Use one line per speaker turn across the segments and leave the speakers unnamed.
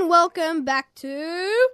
welcome back to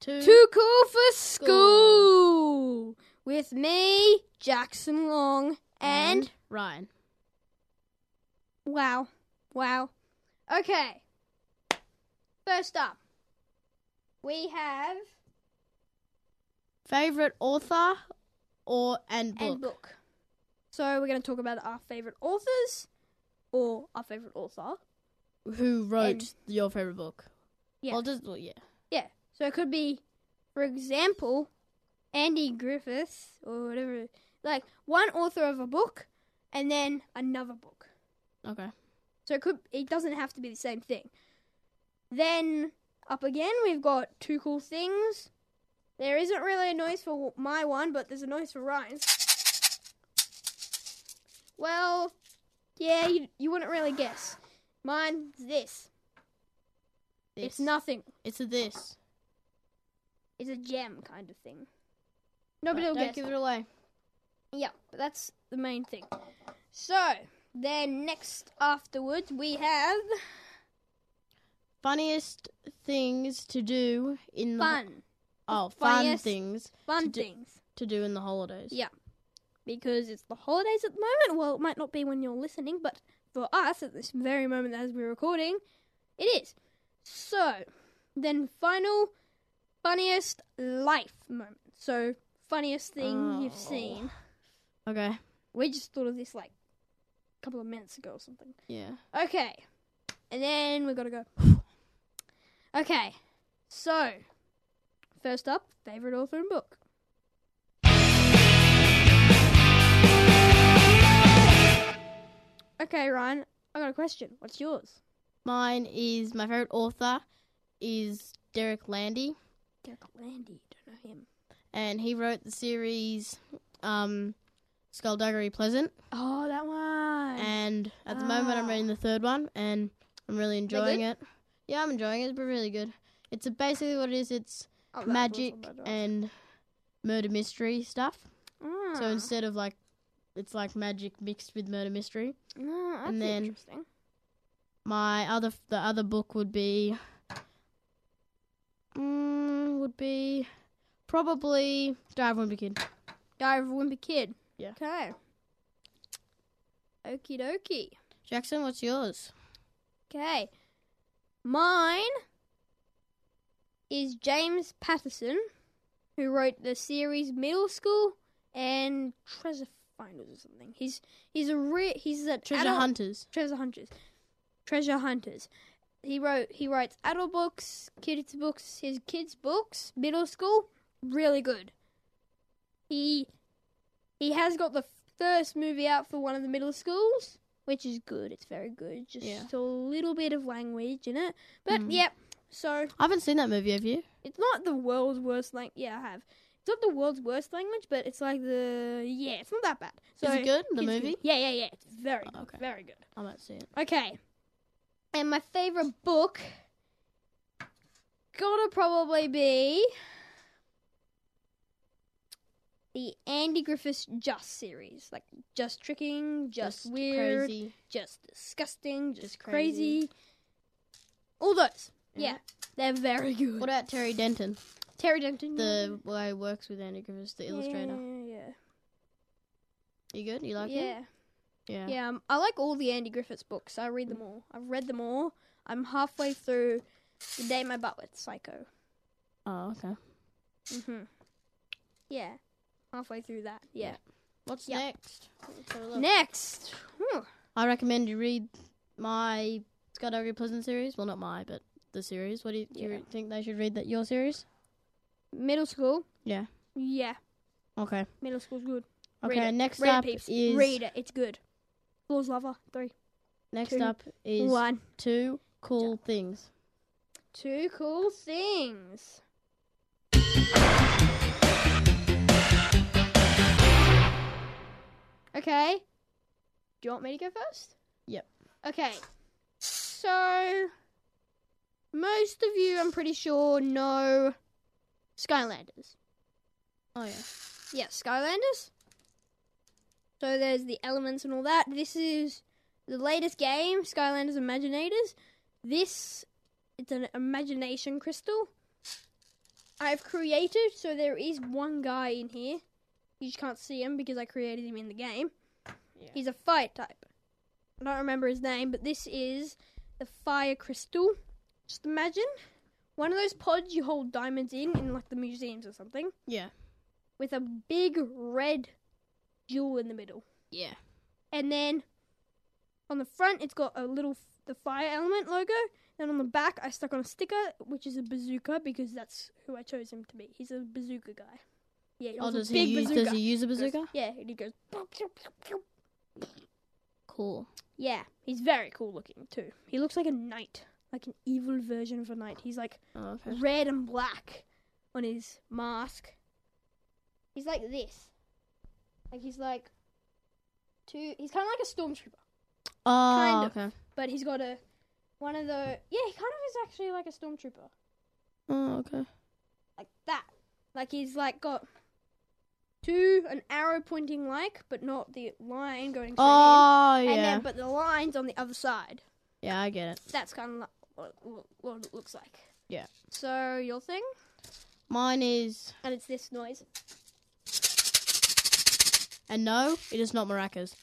Two.
Too Cool for School with me, Jackson Long, and,
Ryan.
wow, wow. Okay, first up, we have
Favorite author or and book.
and book. So we're going to talk about our favorite authors or our favorite author.
Who wrote
And-
your favorite book?
Yeah.
Well, just well, yeah.
Yeah. So it could be, for example, Andy Griffiths or whatever. Like one author of a book and then another book.
Okay.
So it could it doesn't have to be the same thing. Then up again we've got two cool things. There isn't really a noise for my one, but there's a noise for Ryan's. Well, yeah, you, you wouldn't really guess. Mine's this. It's
This.
nothing.
It's a this.
It's a gem kind of thing. Nobody
Right,
will
don't
guess.
give it away.
Yeah, but that's the main thing. So then next afterwards we have
Funniest things to do in the
fun,
oh fun
Funniest-
things
fun
do-
things.
to do in the holidays.
Yeah. because it's the holidays at the moment. Well, it might not be when you're listening, but for us at this very moment as we're recording, it is. So, then final funniest life moment. So, funniest thing you've
Oh.
seen.
Okay.
We just thought of this like a couple of minutes ago or something.
Yeah.
Okay. And then we got to go. Okay. So, first up, favorite author and book. Okay, Ryan, I got a question. What's yours?
Mine is my favorite author is Derek Landy.
Derek Landy, don't know him.
and he wrote the series um, Skullduggery Pleasant.
Oh, that one.
And at the moment, I'm
Ah.
reading the third one, and I'm really
They're
enjoying it. Yeah, I'm enjoying it. It's been really good. It's basically what it is. It's
Oh, that was
magic
awesome, by the way.
and murder mystery stuff. So
Ah.
instead of like, it's like magic mixed with murder mystery.
Ah, that's
and then-
interesting.
My other the other book would be mm, would be probably Drive Wimpy Kid.
Diary of a Wimpy Kid.
Yeah.
Okay. Okie dokie.
Jackson, what's yours?
Okay. Mine is James Patterson, who wrote the series Middle School and Treasure Finders or something. He's he's a re- he's a
Treasure
adult-
Hunters.
treasure hunters. Treasure hunters. He wrote he writes adult books, kids books, his kids books, middle school, really good. He he has got the first movie out for one of the middle schools, which is good. It's very good. Just
Yeah.
a little bit of language in it. But
Mm.
yep. So
I haven't seen that movie, have you?
it's not the world's worst language. Yeah, I have. It's not the world's worst language, but it's like the yeah, it's not that bad. So
Is it good? The
kids can-
movie?
Yeah, yeah, yeah. It's very
Oh,
good.
okay.
Very good.
I might see it.
Okay. And my favorite book gotta probably be the Andy Griffiths Just series, like just tricking, just, weird,
crazy.
just disgusting, just,
Just
crazy.
crazy.
All those, yeah.
Yeah.
they're very good.
What about Terry Denton,
Terry Denton,
the guy who works with Andy Griffiths, the
yeah,
illustrator?
yeah,
You good? You
yeah,
like
yeah.
him? Yeah.
Yeah, um, I like all the Andy Griffiths books. I read them all. I've read them all. I'm halfway through The Day My Butt Went Psycho.
Oh, okay.
hmm Yeah, halfway through that. Yeah.
What's
Yeah.
next? Let's have a look.
Next, Hmm.
I recommend you read my Scott Ogre Pleasant series. Well, not my, but the series. What do you, do you
Yeah.
re- think they should read? That your series?
middle school.
Yeah.
Yeah,
Okay.
middle school's good. Read
Okay.
it.
Next
Read it,
up
peeps.
is
Read it. It's good. Floor's Lover. Three,
next
Two.
up is
one,
two cool things.
two cool things. Okay. Do you want me to go first?
Yep.
Okay. So, most of you, I'm pretty sure, know Skylanders.
Oh yeah.
Yeah, Skylanders. So there's the elements and all that. This is the latest game, Skylanders Imaginators. This it's an imagination crystal. I've created so there is one guy in here. You just can't see him because I created him in the game.
Yeah.
He's a fire type. I don't remember his name, but this is the fire crystal. Just imagine one of those pods you hold diamonds in in like the museums or something
Yeah.
with a big red jewel in the middle.
Yeah.
And then on the front, it's got a little f- the fire element logo. Then on the back, I stuck on a sticker, which is a bazooka because that's who I chose him to be. He's a bazooka guy. Yeah, he
Oh,
holds
does
a
he
big
use
bazooka.
does he use a bazooka?
Yeah, and he goes. "Pew, pew, pew, pew."
Cool.
Yeah, he's very cool looking too. He looks like a knight, like an evil version of a knight. He's like
Oh, okay.
red and black on his mask. He's like this. Like he's like two. He's kind of like a stormtrooper.
Oh,
Kind of.
okay.
but he's got a one of the yeah he kind of is actually like a stormtrooper
Oh, okay.
like that like he's like got two an arrow pointing like but not the line going straight
Oh,
in, and
yeah.
then but the lines on the other side
Yeah, I get it.
that's kind of like what, what- what it looks like
Yeah.
so your thing
Mine is
and it's this noise
and no, it is not maracas.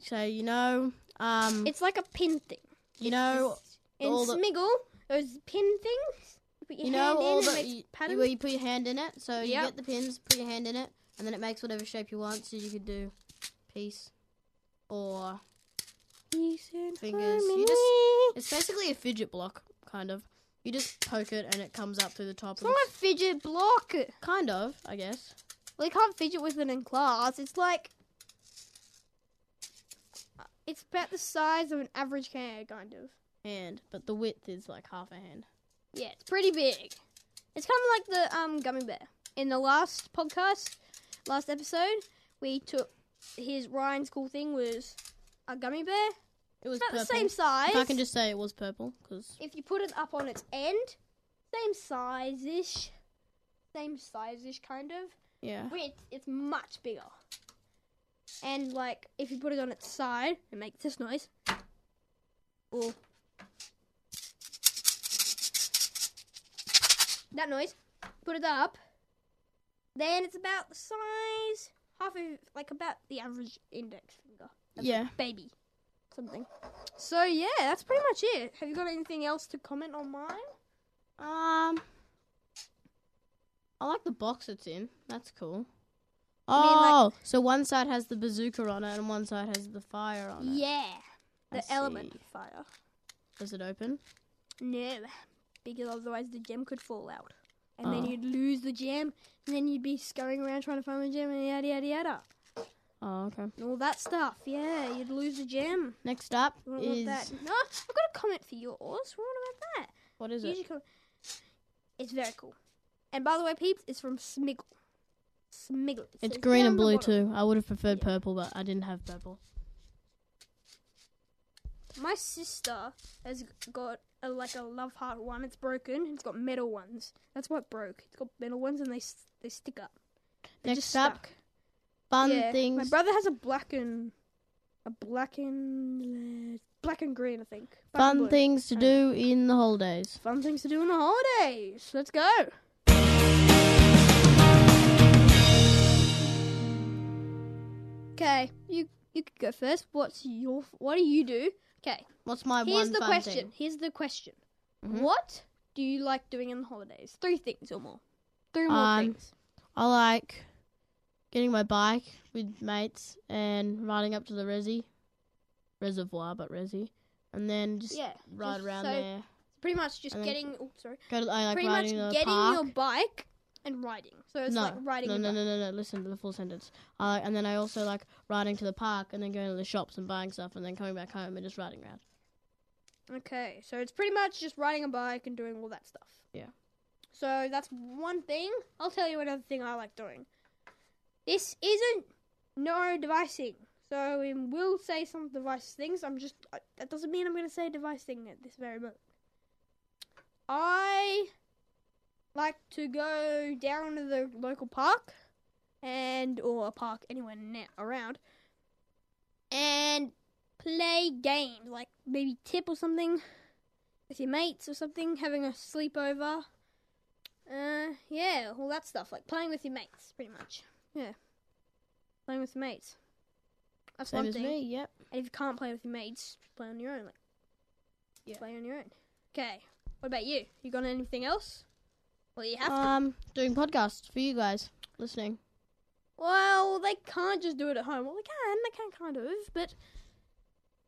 So you know, um,
it's like a pin thing
you know,
in
all the-
smiggle those pin things you put your
you
hand
know all
in and
the
it
you,
makes patterns
where you put your hand in it. So you
Yep.
get the pins, put your hand in it, and then it makes whatever shape you want. So you could do peace or
Peace and
fingers. You just-
harmony.
it's basically a fidget block, kind of. You just poke it and it comes up through the top.
it's
Of
not a fidget block
kind of, I guess.
Well, you can't fidget with it in class. It's like uh, it's about the size of an average can, kind of.
Hand, but the width is like half a hand.
Yeah, it's pretty big. It's kind of like the um gummy bear. In the last podcast, last episode, we took his Ryan's cool thing was a gummy bear.
It was
It's about
purple.
the same size.
If I can just say it was purple because
If you put it up on its end, same size ish, same size ish kind of.
yeah,
width, it's much bigger. And like, if you put it on its side, it makes this noise. Or that noise. Put it up. Then it's about the size, half of like about the average index finger,
yeah.
baby, something. So yeah, that's pretty much it. Have you got anything else to comment on mine?
Um, I like the box it's in. That's cool.
I
Oh, so one side has the bazooka on it and one side has the fire on it.
Yeah,
I
the element
Oh, see.
of fire.
Is it open?
No, because otherwise the gem could fall out. And then
Oh.
you'd lose the gem, and then you'd be scurrying around trying to find the gem, and yada yada yada.
Oh, okay.
And all that stuff, yeah, you'd lose the gem.
Next up
You wouldn't want
is
that. No, I've got a comment for yours. What about that?
what is
Here's
it?
your comment. It's very cool. And by the way, peeps, it's from Smiggle. Smiggle. It
It's
says
green
down
and
the
blue
bottom.
too. I would have preferred
Yeah.
purple, but I didn't have purple.
My sister has got a, like a love heart one. It's broken. It's got metal ones. That's what broke. It's got metal ones, and they s- they stick up. They're
Next
just
up,
stuck.
Fun
Yeah, My
things.
brother has a black and a black and black and green, I think. Black and
Fun
blue.
things to
Oh.
do in the holidays.
Fun things to do on the holidays. Let's go. Okay, you you could go first. What's your what do you do? Okay,
What's my
here's
one
the
fun
question.
thing?
Here's the question.
Mhm.
What do you like doing in the holidays? Three things or more. Three more
Um,
things.
I like getting my bike with mates and riding up to the resi reservoir, but resi, and then just
Yeah,
ride
just
around
so-
there.
Pretty much just
and then-
getting. Oh, sorry.
Go to, I like
pretty much
riding to the
getting
park.
your bike and riding. So it's
no,
like riding.
no,
your
no,
bike.
no, no, no. Listen to the full sentence. I like, and then I also like riding to the park and then going to the shops and buying stuff and then coming back home and just riding around.
Okay, so it's pretty much just riding a bike and doing all that stuff.
Yeah.
So that's one thing. I'll tell you another thing I like doing. This isn't no devicing. So we will say some device things. I'm just I, that doesn't mean I'm going to say device thing at this very moment. I like to go down to the local park and or a park anywhere na- around and play games like maybe tip or something with your mates or something, having a sleepover. Uh, yeah, all that stuff, like playing with your mates, pretty much. Yeah, playing with your mates. That's
Same
one
as
thing.
me. Yep.
And if you can't play with your mates, just play on your own. Like,
Yeah.
play on your own. Okay. What about you? You got anything else? Well, you have to.
Um, doing podcasts for you guys listening.
Well, they can't just do it at home. Well, they can. They can kind of, but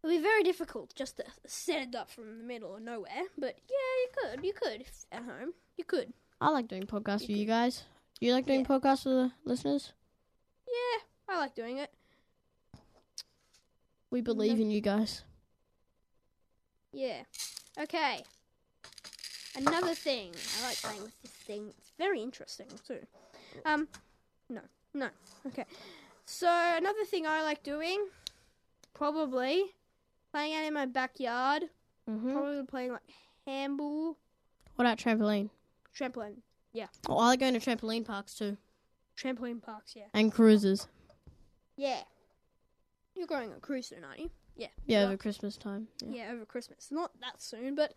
it'll be very difficult just to set it up from the middle of nowhere. But yeah, you could. You could if at home. You could.
I like doing podcasts for you guys. Do you like doing
Yeah.
podcasts for the listeners?
Yeah, I like doing it.
We believe
No.
in you guys.
Yeah. Okay. Another thing. I like playing with this thing. It's very interesting too. Um no. No. Okay. So another thing I like doing probably playing out in my backyard.
Mm-hmm.
Probably playing like handball,
What about trampoline?
trampoline,
Oh, I like going to trampoline parks too
trampoline parks, yeah.
and cruises.
Yeah. You're going on cruise soon, aren't you?
Yeah,
Yeah.
over Christmas time. Yeah.
Yeah, over Christmas. Not that soon, but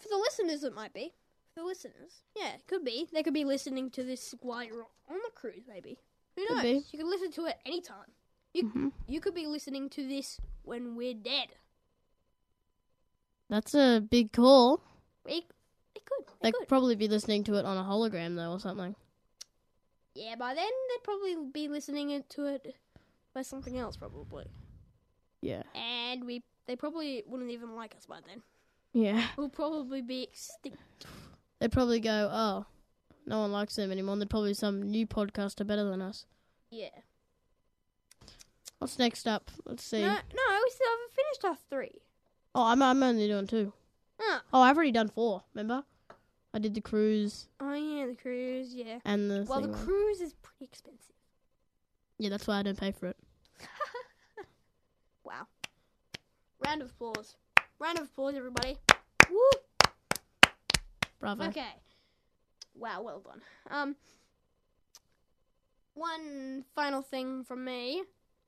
for the listeners, it might be. For the listeners, yeah, it could be. They could be listening to this while you're on the cruise, maybe. Who
Could
knows?
be.
You could listen to it anytime. You
Mhm.
you could be listening to this when we're dead.
That's a big call.
It, it could. It
They
could.
could probably be listening to it on a hologram though, or something.
yeah, by then they'd probably be listening it- to it by something else, probably.
Yeah.
And we they probably wouldn't even like us by then.
Yeah.
We'll probably be extinct.
They'd probably go, oh, no one likes them anymore. and There'd probably be some new podcaster better than us.
Yeah.
What's next up? Let's see.
No, no, we still haven't finished our three.
Oh, I'm, I'm only doing two.
Ah.
Oh, I've already done four. Remember, I did the cruise
Oh yeah, the cruise. Yeah.
and the.
Well, the
thing one.
cruise is pretty expensive.
yeah, that's why I don't pay for it.
Wow. Round of applause. Round of applause, everybody. Woo.
Bravo.
Okay. Wow, well done. Um, one final thing from me.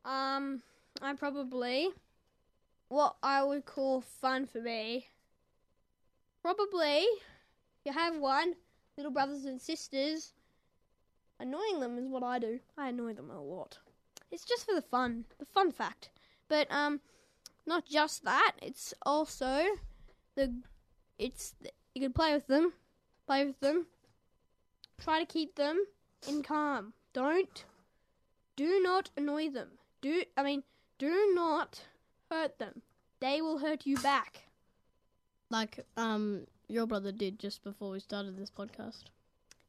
Um, I probably what I would call fun for me. Probably, if you have one little brothers and sisters. Annoying them is what I do. I annoy them a lot. It's just for the fun, the fun fact. But um, not just that. It's also the it's you can play with them play with them. Try to keep them in calm. Don't, do not annoy them. Do I mean, do not hurt them. They will hurt you back.
Like um, your brother did just before we started this podcast.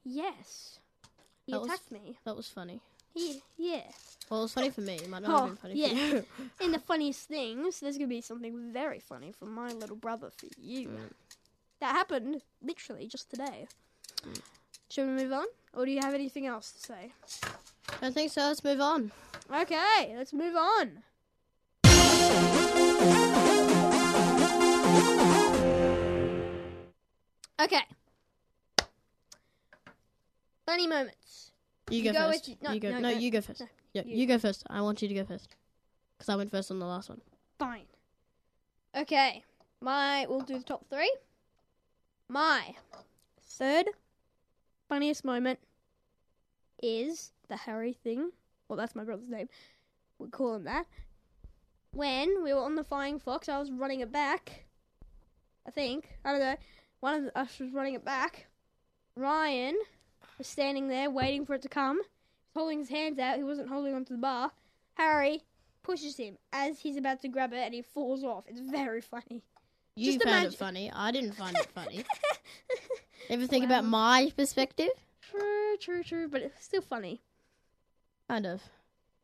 Yes, he
That was-
attacked me.
That was funny.
He, yeah.
Well, it was funny for me. It might not
Oh,
have been funny for
yeah.
you.
In the funniest things, there's gonna be something very funny from my little brother for you.
Mm.
That happened literally just today.
Mm.
Should we move on, or do you have anything else to say?
I don't think so. Let's move on.
Okay, let's move on. Okay. Funny moments.
You,
You
go,
go
first.
with you- no,
you go.
no,
No,
go-
you go first.
no,
yeah,
you.
you. go first. I want you to go first because I went first on the last one.
Fine. Okay. My we'll do the top three. My third funniest moment is the Harry thing. Well, that's my brother's name. We call him that. When we were on the Flying Fox, I was running it back. I think I don't know. One of us was running it back. Ryan was standing there waiting for it to come. He was holding his hands out. He wasn't holding onto the bar. Harry pushes him as he's about to grab it, and he falls off. It's very funny.
You
Just
found
imagine-
it funny. I didn't find it funny. Ever think about my perspective?
True, true, true, but it's still funny.
Kind of.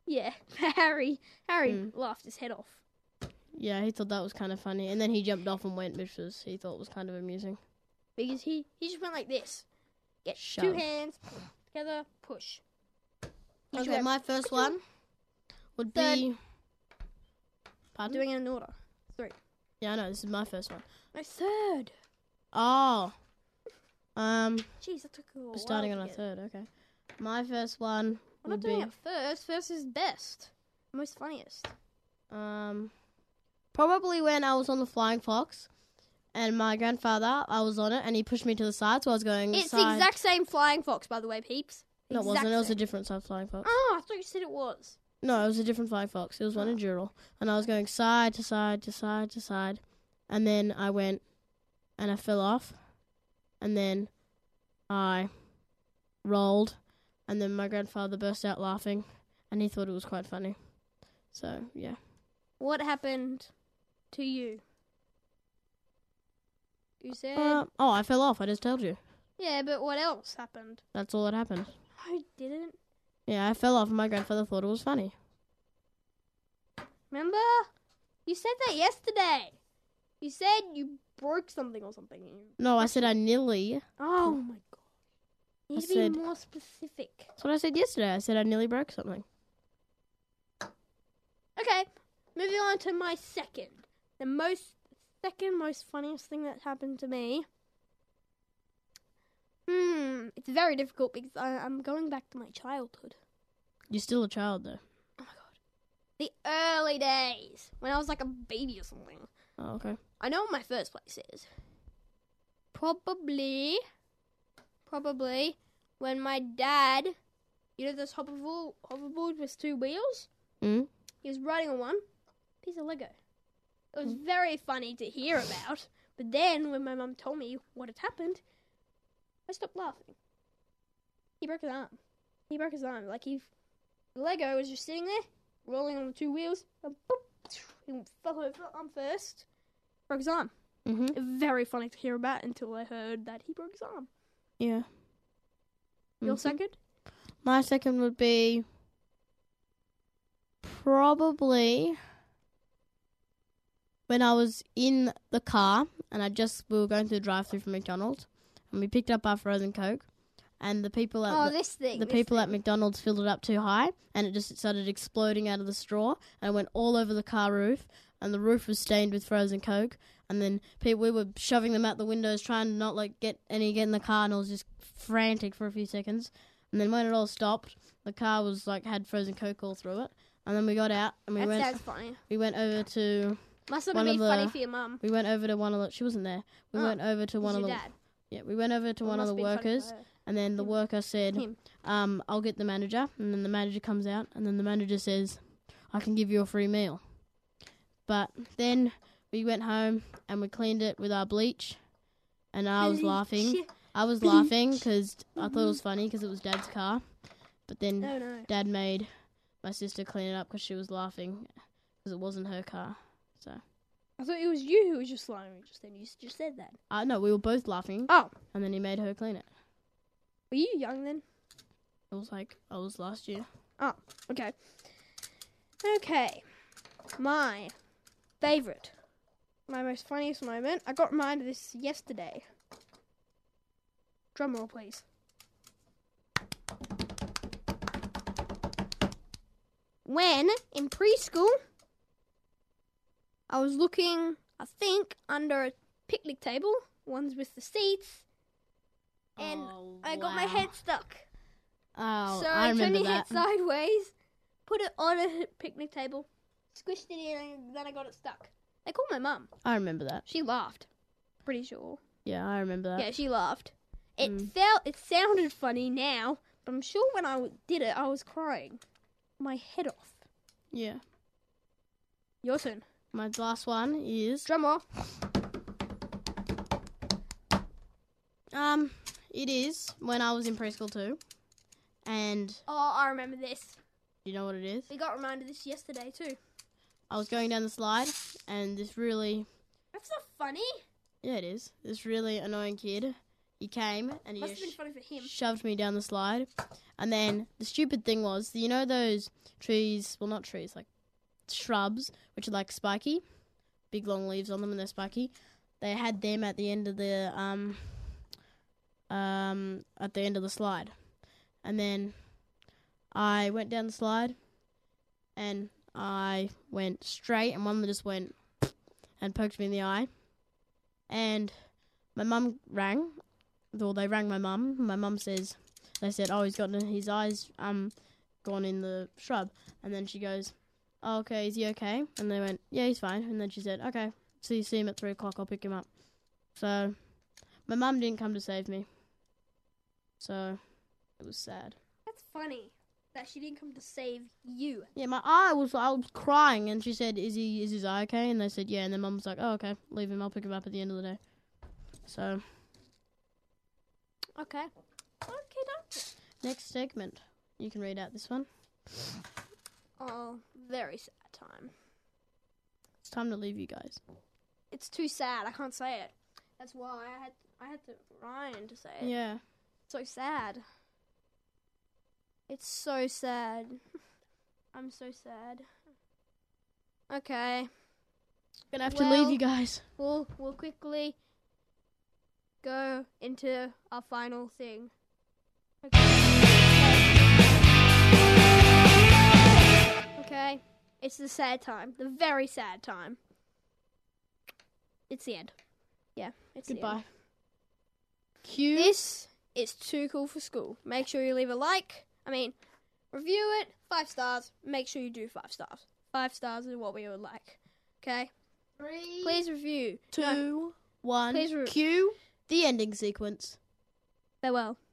Yeah, Harry. Harry
Mm.
laughed his head off.
Yeah, he thought that was kind of funny, and then he jumped off and went, which was he thought was kind of amusing.
Because he, he just went like this. Get two
Shove.
hands together, push. He just
Okay,
went-
my first one would
Third.
be. Pardon?
doing it in order. Three.
yeah, I know this is my first one.
My third.
Oh, um,
Jeez, that took a while.
we're starting
to
on our
get.
third. Okay, my first one
We're not
would
doing
be
it first. First is best. Most funniest.
um, probably when I was on the Flying Fox, and my grandfather, I was on it, and he pushed me to the side, so I was going.
It's the
side.
exact same flying fox, by the way, peeps.
No, it
Exact
wasn't. It was a
same.
different type of flying fox.
Oh, I thought you said it was.
No, it was a different flying fox. It was one
Oh.
endural, and I was going side to side to side to side, and then I went, and I fell off, and then I rolled, and then my grandfather burst out laughing, and he thought it was quite funny. So yeah,
What happened to you? You said.
uh, oh, I fell off. I just told you.
yeah, but what else happened?
That's all that happened.
I didn't.
Yeah, I fell off, and my grandfather thought it was funny.
Remember? You said that yesterday. You said you broke something or something.
No, I said I nearly.
Oh my god. You
I
need to be
said-
more specific.
That's what I said yesterday. I said I nearly broke something.
Okay, moving on to my second. The most second most funniest thing that happened to me. Hmm, it's very difficult because I, I'm going back to my childhood.
You're still a child though.
Oh my god. The early days when I was like a baby or something.
Oh, okay.
I know what my first place is. Probably, probably when my dad, you know, this hoverboard, hoverboard with two wheels.
Mm.
He was riding on one piece of Lego. It
Hmm.
was very funny to hear about, but then when my mum told me what had happened, I stopped laughing. He broke his arm. He broke his arm. Like he, the Lego was just sitting there, rolling on the two wheels, and boop, he fell over arm first, broke his arm
Mhm.
very funny to hear about until I heard that he broke his arm.
Yeah.
Your
Mhm.
second?
My second would be probably when I was in the car and I just we were going through the drive-through from McDonald's and we picked up our frozen coke and the people at
oh,
the,
this thing.
the
this
people at
thing.
McDonald's filled it up too high and it just started exploding out of the straw and it went all over the car roof and the roof was stained with frozen coke and then people we were shoving them out the windows trying to not like get any get in the car and I was just frantic for a few seconds and then when it all stopped the car was like had frozen coke all through it and then we got out and we
That
went
sounds funny.
we went over to
Must have
one
been
of the-
funny for your mum.
we went over to one of the she wasn't there we
Oh,
went over to
It
one
was
of
your
the
dad.
yeah we went over to
It
one of
must have
the
been funny for
workers
her. Hmm.
and then the
Him.
worker said,
Him.
um, I'll get the manager. And then the manager comes out, and then the manager says, I can give you a free meal. But then we went home and we cleaned it with our bleach. And I was
Holy
laughing.
shit.
I was
Bleach.
laughing because I thought it was funny because it was dad's car. But then
No, no.
dad made my sister clean it up because she was laughing because it wasn't her car.
I thought it was you who was just lying just then. You s- just said that.
Uh, no, we were both laughing,
Oh,
and then he made her clean it.
were you young then?
It was like, I was last year.
Okay. Okay. My favorite. My most funniest moment. I got reminded of this yesterday. Drum roll, please. When in preschool, I was looking, I think, under a picnic table, ones with the seats, and
Oh,
I got my
wow.
head stuck.
Oh,
So
I
I, turned
remember
it
that.
sideways, put it on a picnic table, squished it in, and then I got it stuck. I called my mum.
I remember that.
She laughed. Pretty sure.
Yeah, I remember that.
Yeah, she laughed. It
Mm.
felt. It sounded funny now, but I'm sure when I w- did it, I was crying my head off.
Yeah.
Your turn.
My last one is
Drum roll.
um it is when I was in preschool too. And
Oh, I remember this.
do you know what it is?
We got reminded of this yesterday too.
I was going down the slide and this really
That's not funny.
yeah, it is. This really annoying kid. He came and he
Must
just
have been funny for him.
shoved me down the slide. And then the stupid thing was, you know those trees, well not trees, like shrubs, which are like spiky, big long leaves on them and they're spiky. They had them at the end of the um um at the end of the slide. And then I went down the slide and I went straight and one of them just went and poked me in the eye. And my mum rang well, they rang my mum. My mum says, they said, oh, he's got his eyes um gone in the shrub. And then she goes, oh, okay, is he okay? And they went, yeah, he's fine. And then she said, okay, so you see him at three o'clock. I'll pick him up. So my mum didn't come to save me. So it was sad.
That's funny that she didn't come to save you.
Yeah, my eye was I was crying and she said, Is he is his eye okay? And they said, Yeah and then mum was like, Oh okay, leave him, I'll pick him up at the end of the day. So
Okay. Okay, doctor.
next segment. You can read out this one.
Oh, very sad time.
It's time to leave you guys.
It's too sad. I can't say it. That's why I had I had to Ryan to say it.
Yeah.
so sad. It's so sad. I'm so sad. Okay.
Gonna have to
Well-
leave you guys.
We'll we'll quickly go into our final thing. Okay. okay. It's the sad time. The very sad time. It's the end. Yeah, it's The end.
Goodbye. Q
This is too cool for school. Make sure you leave a like. I mean, review it. Five stars. Make sure you do five stars. Five stars is what we would like. Okay?
three
Please review.
two one
please re-
Q the ending sequence.
Farewell.